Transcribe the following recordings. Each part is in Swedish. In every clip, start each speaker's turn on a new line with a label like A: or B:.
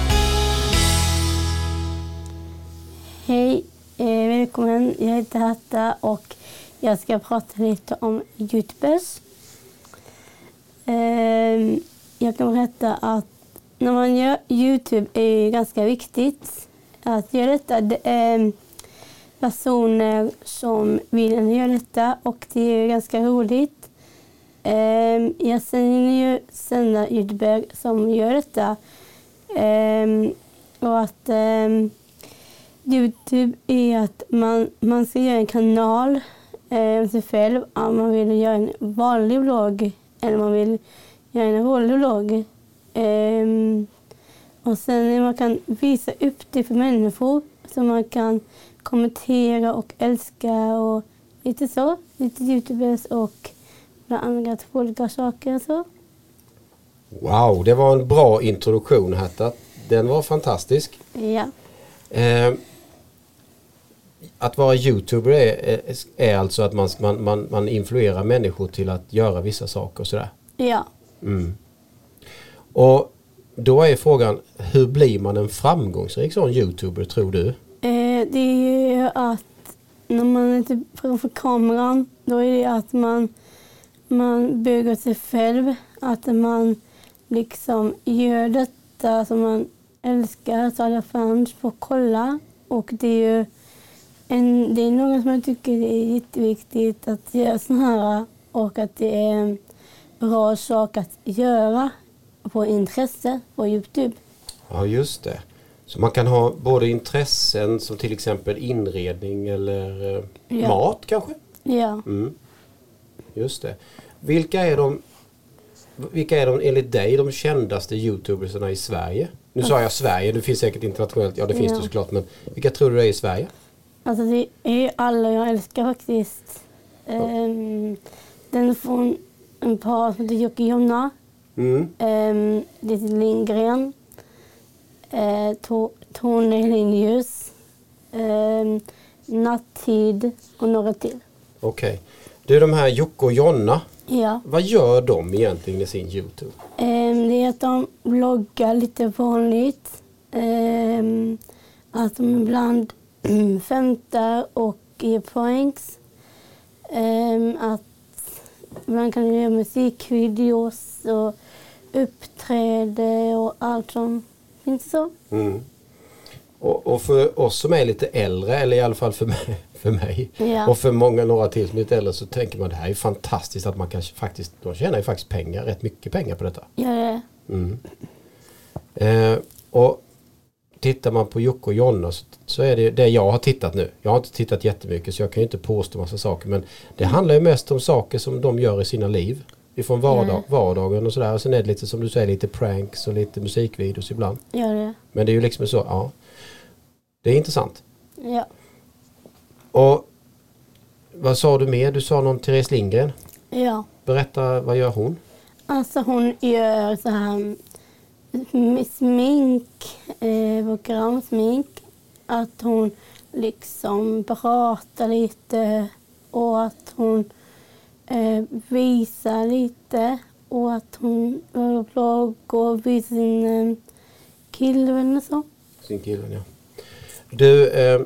A: Sam. eh, Jag heter Hatta och jag ska prata lite om Jutbes. Ehm, Jag kan berätta att när man gör Youtube är ju ganska viktigt att göra detta. Det är personer som vill göra detta och det är ju ganska roligt. Ehm, Jag känner ju Sanna Ljudberg som gör detta. Ehm, Och att ehm, Youtube är att man, man ska göra en kanal eh, sig själv. Om man vill göra en vanlig vlogg eller om man vill göra en rolig vlogg. Ehm, och sen man kan visa upp det för människor så man kan kommentera och älska och lite så. Lite Youtubers och bland annat olika saker och så.
B: Wow, det var en bra introduktion Hatta. Den var fantastisk.
A: Ja.
B: Eh, att vara youtuber är, är, är alltså att man, man, man, man influerar människor till att göra vissa saker och sådär.
A: Ja.
B: Mm. Och då är frågan, hur blir man en framgångsrik sån youtuber tror du?
A: Eh, det är ju att när man är typ framför kameran då är det att man, man bygger sig själv. Att man liksom gör detta som man älskar så alla fans får kolla. Och det är ju en, det är något som jag tycker det är jätteviktigt att göra sån här och att det är en bra sak att göra på intresse på Youtube.
B: Ja just det. Så man kan ha både intressen som till exempel inredning eller eh,
A: Ja.
B: mat kanske?
A: Ja.
B: Mm. Just det. Vilka är de vilka är de enligt dig de kändaste youtubersarna i Sverige? Nu sa jag Sverige, det finns säkert internationellt, ja det finns
A: Ja.
B: det såklart men vilka tror du är i Sverige?
A: Alltså det är ju alla jag älskar faktiskt. Um, den från en par som heter Jocke och Jonna,
B: Mm.
A: um, Lite Lindgren, eh, To- Tony Linjus, um, Nattid och några till.
B: Okej. Du de här Jocke och Jonna,
A: Ja.
B: vad gör de egentligen i sin Youtube?
A: Ehm, det är att de vloggar lite vanligt. Ehm, att de ibland skämtar och ger poängs. Ehm, att man kan de göra musikvideos och uppträde och allt som finns så.
B: Mm. Och, och för oss som är lite äldre, eller i alla fall för mig, för mig
A: Ja.
B: och för många några till som är lite äldre så tänker man det här är fantastiskt att man kan faktiskt, de tjänar ju faktiskt pengar, rätt mycket pengar på detta.
A: Gör det.
B: Mm. Eh, och tittar man på Jocke och Jonna så, så är det det jag har tittat nu. Jag har inte tittat jättemycket så jag kan ju inte påstå massa saker men det handlar ju mest om saker som de gör i sina liv. Ifrån vardag, vardagen och sådär. Och sen är det lite som du säger lite pranks och lite musikvideos ibland.
A: Gör det.
B: Men det är ju liksom så, ja. Det är intressant.
A: Ja.
B: Och vad sa du mer? Du sa någon Therese Lindgren.
A: ja.
B: Berätta, vad gör hon?
A: Alltså hon gör så här mm, smink, eh, programsmink. Att hon liksom pratar lite och att hon eh, visar lite. Och att hon gör vlogg och visar sin eh, kille och så.
B: Sin kille, ja. Du, eh,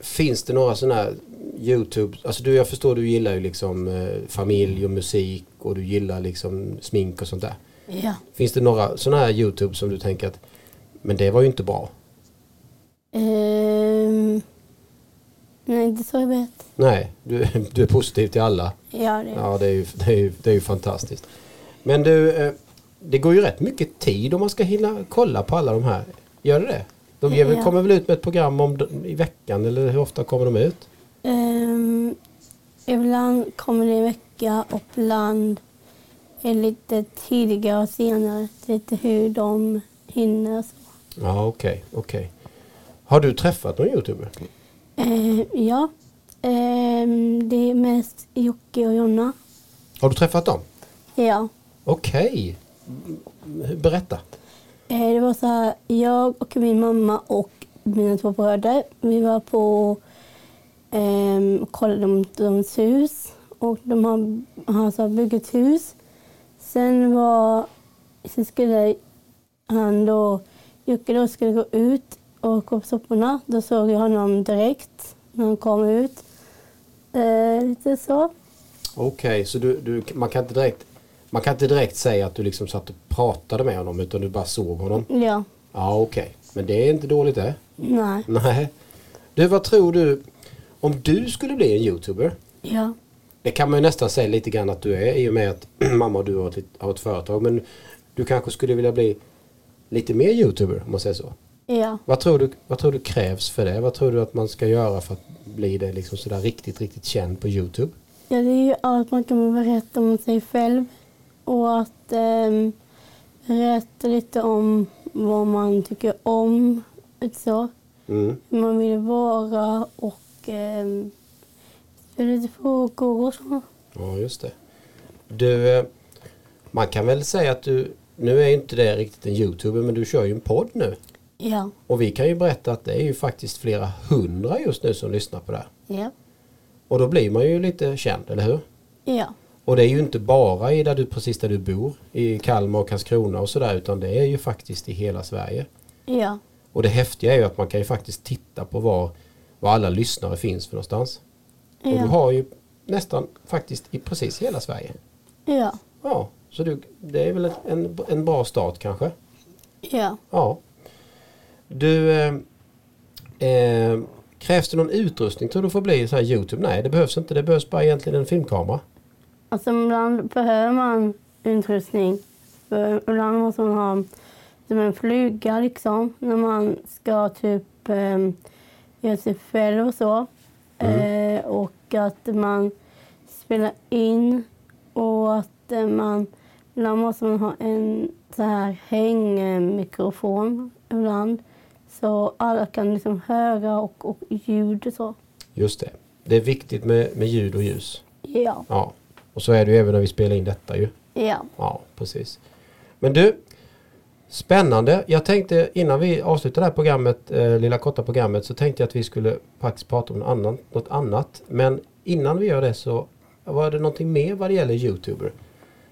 B: finns det några sådana här YouTube, alltså du, jag förstår du gillar ju liksom eh, familj och musik och du gillar liksom smink och sånt där.
A: Ja.
B: Finns det några sådana här YouTube som du tänker att, men det var ju inte bra?
A: Ehm, nej, inte så jag vet.
B: Nej, du, du är positiv till alla.
A: Ja, det.
B: Ja, det är ju, det är ju, det är ju fantastiskt. Men du, eh, det går ju rätt mycket tid om man ska hinna kolla på alla de här. Gör det det? De ger, väl-
A: Ja.
B: kommer väl ut med ett program om, d- i veckan eller hur ofta kommer de ut?
A: Ehm, ibland kommer det en vecka och ibland är det lite tidigare och senare. Lite hur de hinner. och Så.
B: Ja, okej, okej. Har du träffat någon youtuber?
A: Ehm, ja, Ehm, det är mest Jocke och Jonna.
B: Har du träffat dem?
A: Ja.
B: Okej. Mm, Berätta.
A: Eh, Det var så här, jag och min mamma och mina två bröder, vi var på ehm, och kollade om deras hus och de har, har så här byggt hus. Sen var, sen skulle han då, Jocke då skulle gå ut och och kom soporna. Då såg jag honom direkt när han kom ut. Eh, lite så.
B: Okej, så du, du, man, kan inte direkt, man kan inte direkt säga att du liksom satt och pratade med honom utan du bara såg honom?
A: Ja,
B: Ja, okej. Men det är inte dåligt det.
A: nej,
B: Nej. Du, vad tror du? Om du skulle bli en YouTuber?
A: ja,
B: Det kan man ju nästan säga lite grann att du är i och med att mamma och du har ett, lit- har ett företag. Men du kanske skulle vilja bli lite mer YouTuber om man säger så.
A: ja.
B: Vad tror du, vad tror du krävs för det? Vad tror du att man ska göra för att bli det liksom sådär riktigt, riktigt känd på YouTube?
A: Ja, det är ju allt man kan berätta om sig själv och att ehm, berätta lite om vad man tycker om, så,
B: Mm.
A: hur man vill vara och ehm, ställa lite frågor och så.
B: Ja, just det. Du, eh, man kan väl säga att du, nu är ju inte det riktigt en YouTuber, men du kör ju en podd nu.
A: Ja,
B: Och vi kan ju berätta att det är ju faktiskt flera hundra just nu som lyssnar på det här.
A: ja,
B: Och då blir man ju lite känd, eller hur?
A: ja,
B: Och det är ju inte bara i där du, precis där du bor, i Kalmar och Karlskrona och sådär, utan det är ju faktiskt i hela Sverige.
A: ja,
B: Och det häftiga är ju att man kan ju faktiskt titta på var, var alla lyssnare finns för någonstans. Och du
A: ja,
B: har ju nästan faktiskt i precis hela Sverige.
A: ja,
B: Ja, så du, det är väl ett- en, en bra start kanske.
A: ja.
B: Ja. Du, eh, eh, krävs det någon utrustning tror du för att bli så här YouTube? Nej, det behövs inte. Det behövs bara egentligen en filmkamera.
A: Alltså ibland behöver man utrustning. För ibland måste man ha som en fluga liksom när man ska typ eh, göra sig själv och så. Eh, och att man spelar in och att eh, man ibland måste man ha en så här hängmikrofon ibland. Så alla kan liksom höra och, och ljud och så.
B: Just det. Det är viktigt med, med ljud och ljus.
A: Ja,
B: Ja. Och så är det ju även när vi spelar in detta ju.
A: ja,
B: Ja, precis. Men du, spännande. Jag tänkte innan vi avslutar det här programmet, eh, lilla korta programmet, så tänkte jag att vi skulle faktiskt prata om något annat. Något annat. Men innan vi gör det så var det någonting mer vad det gäller YouTuber?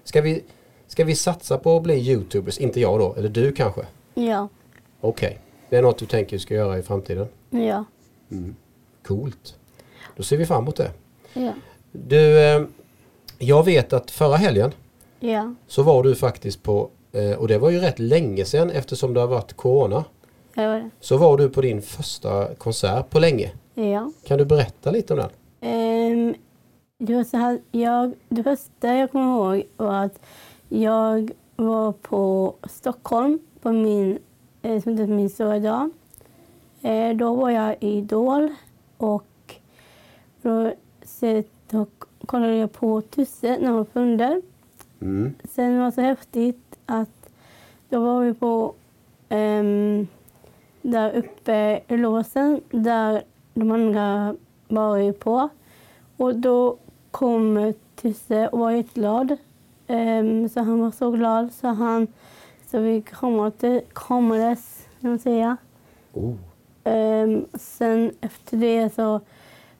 B: Ska vi, ska vi satsa på att bli YouTubers? Inte jag då, eller du kanske?
A: ja,
B: Okej. Det är något du tänker du ska göra i framtiden?
A: ja,
B: Coolt. Då ser vi fram emot det.
A: ja,
B: Du, eh, jag vet att förra helgen
A: ja.
B: så var du faktiskt på, eh, och det var ju rätt länge sedan eftersom det har varit corona,
A: Det var det.
B: så var du på din första konsert på länge.
A: Ja.
B: Kan du berätta lite om den?
A: Ehm, det var så här, jag, det första jag kommer ihåg var att jag var på Stockholm på min, eh, som heter min stora dag. Eh, då var jag i Idol och då, sett, då kollade jag på Tusse när hon funder. Sen var det så häftigt att då var vi på ehm, där uppe i låsen där de andra var ju på. Och då kom Tusse och var jätteglad. Ehm, så han var så glad så han så vi kramade- kramades, kan man säga.
B: Oh.
A: Ehm, sen efter det så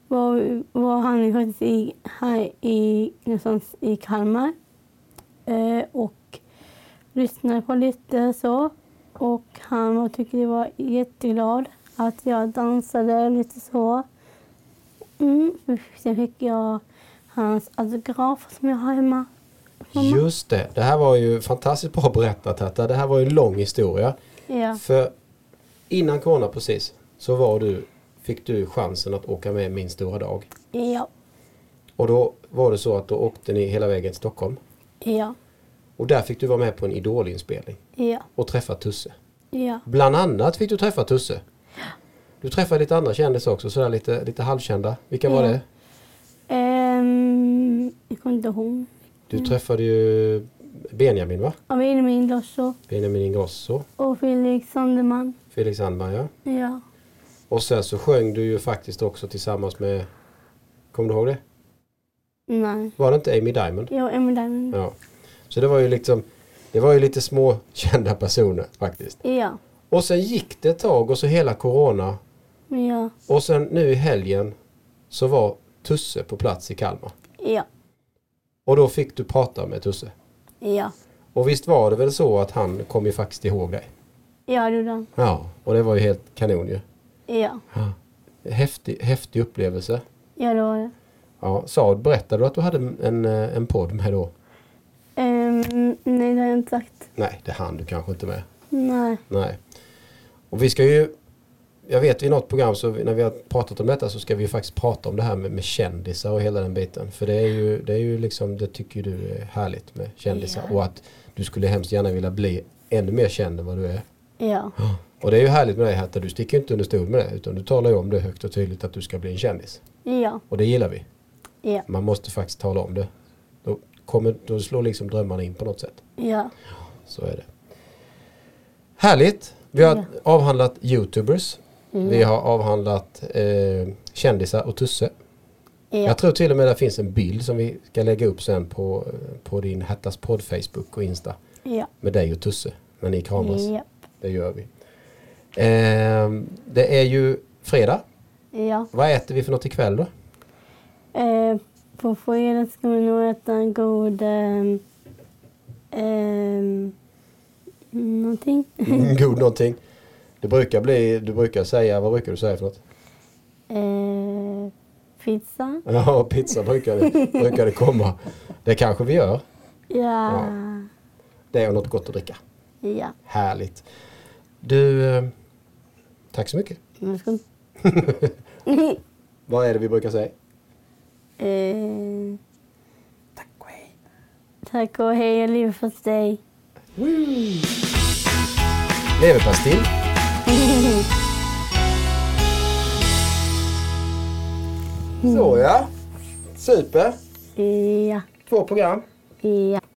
A: var, var han ju faktiskt i, här i, någonstans i Kalmar eh, och lyssnade på lite så. Och han var, tyckte det var jätteglad att jag dansade lite så. Mm. Sen fick jag hans autograf som jag har hemma. Mamma.
B: Just det, det här var ju fantastiskt bra berättat Tetta. Det här var ju en lång historia.
A: Ja,
B: För innan corona precis så var du, fick du chansen att åka med Min stora dag.
A: ja,
B: Och då var det så att då åkte ni hela vägen till Stockholm.
A: ja,
B: Och där fick du vara med på en idolinspelning
A: ja,
B: och träffa Tusse.
A: ja,
B: Bland annat fick du träffa Tusse. Du träffade lite andra kändisar också, sådär lite, lite halvkända. Vilka var
A: Ja.
B: det?
A: Ehm, jag kommer inte ihåg.
B: Du träffade ju Benjamin va?
A: Ja, Benjamin Ingrosso.
B: Benjamin Ingrosso,
A: Och Felix Sanderman.
B: Felix Sandman ja.
A: Ja.
B: Och sen så sjöng du ju faktiskt också tillsammans med, kommer du ihåg det?
A: Nej.
B: Var det inte Amy Diamond?
A: Jo, Emmy Diamond.
B: Ja. Så det var ju liksom, det var ju lite små kända personer faktiskt.
A: Ja.
B: Och sen gick det ett tag och så hela corona
A: Ja.
B: och sen nu i helgen så var Tusse på plats i Kalmar.
A: Ja.
B: Och då fick du prata med Tusse.
A: Ja.
B: Och visst var det väl så att han kom ju faktiskt ihåg dig?
A: Ja, det gjorde han.
B: Ja, och det var ju helt kanon ju.
A: Ja,
B: Ja. Häftig, häftig upplevelse.
A: ja det var det.
B: Ja, Saad, berättade du att du hade en, eh, en podd med då?
A: Ehm, nej, det har jag inte sagt.
B: Nej, det hann du kanske inte med.
A: Nej.
B: Nej. Och vi ska ju, jag vet i något program så vi- när vi har pratat om detta så ska vi ju faktiskt prata om det här med, med kändisar och hela den biten. För det är ju, det är ju liksom, det tycker ju du är härligt med kändisar.
A: Ja.
B: Och att du skulle hemskt gärna vilja bli ännu mer känd än vad du är.
A: Ja,
B: Och det är ju härligt med dig Herta, du sticker ju inte under stol med det. Utan du talar ju om det högt och tydligt att du ska bli en kändis.
A: ja,
B: Och det gillar vi.
A: ja,
B: Man måste faktiskt tala om det. Då, kommer, då slår liksom drömmarna in på något sätt.
A: ja,
B: Så är det. Härligt! Vi har
A: Ja. Mm.
B: avhandlat YouTubers. Vi har avhandlat eh, kändisar och Tusse.
A: ja,
B: Jag tror till och med det finns en bild som vi ska lägga upp sen på, på din Hertas podd Facebook och Insta.
A: ja,
B: Med dig och Tusse när ni kramas.
A: ja,
B: Det gör vi. Ehm, det är ju fredag.
A: ja.
B: Vad äter vi för något ikväll då?
A: Eh, på fredag ska vi nog äta en god... ehm, ehm, någonting.
B: Mm, God någonting. Det brukar bli, du brukar säga, vad brukar du säga för något?
A: Eh, pizza.
B: Ja, pizza brukar det, brukar det komma. Det kanske vi gör.
A: Ja,
B: Det är något gott att dricka.
A: ja.
B: Härligt. Du, eh, tack så mycket.
A: Nu ska
B: Vad är det vi brukar säga?
A: eh,
B: Tack och hej.
A: Tack och hej och leverpastej.
B: Leverpastej. Så ja. Super.
A: ja,
B: Två program.
A: ja.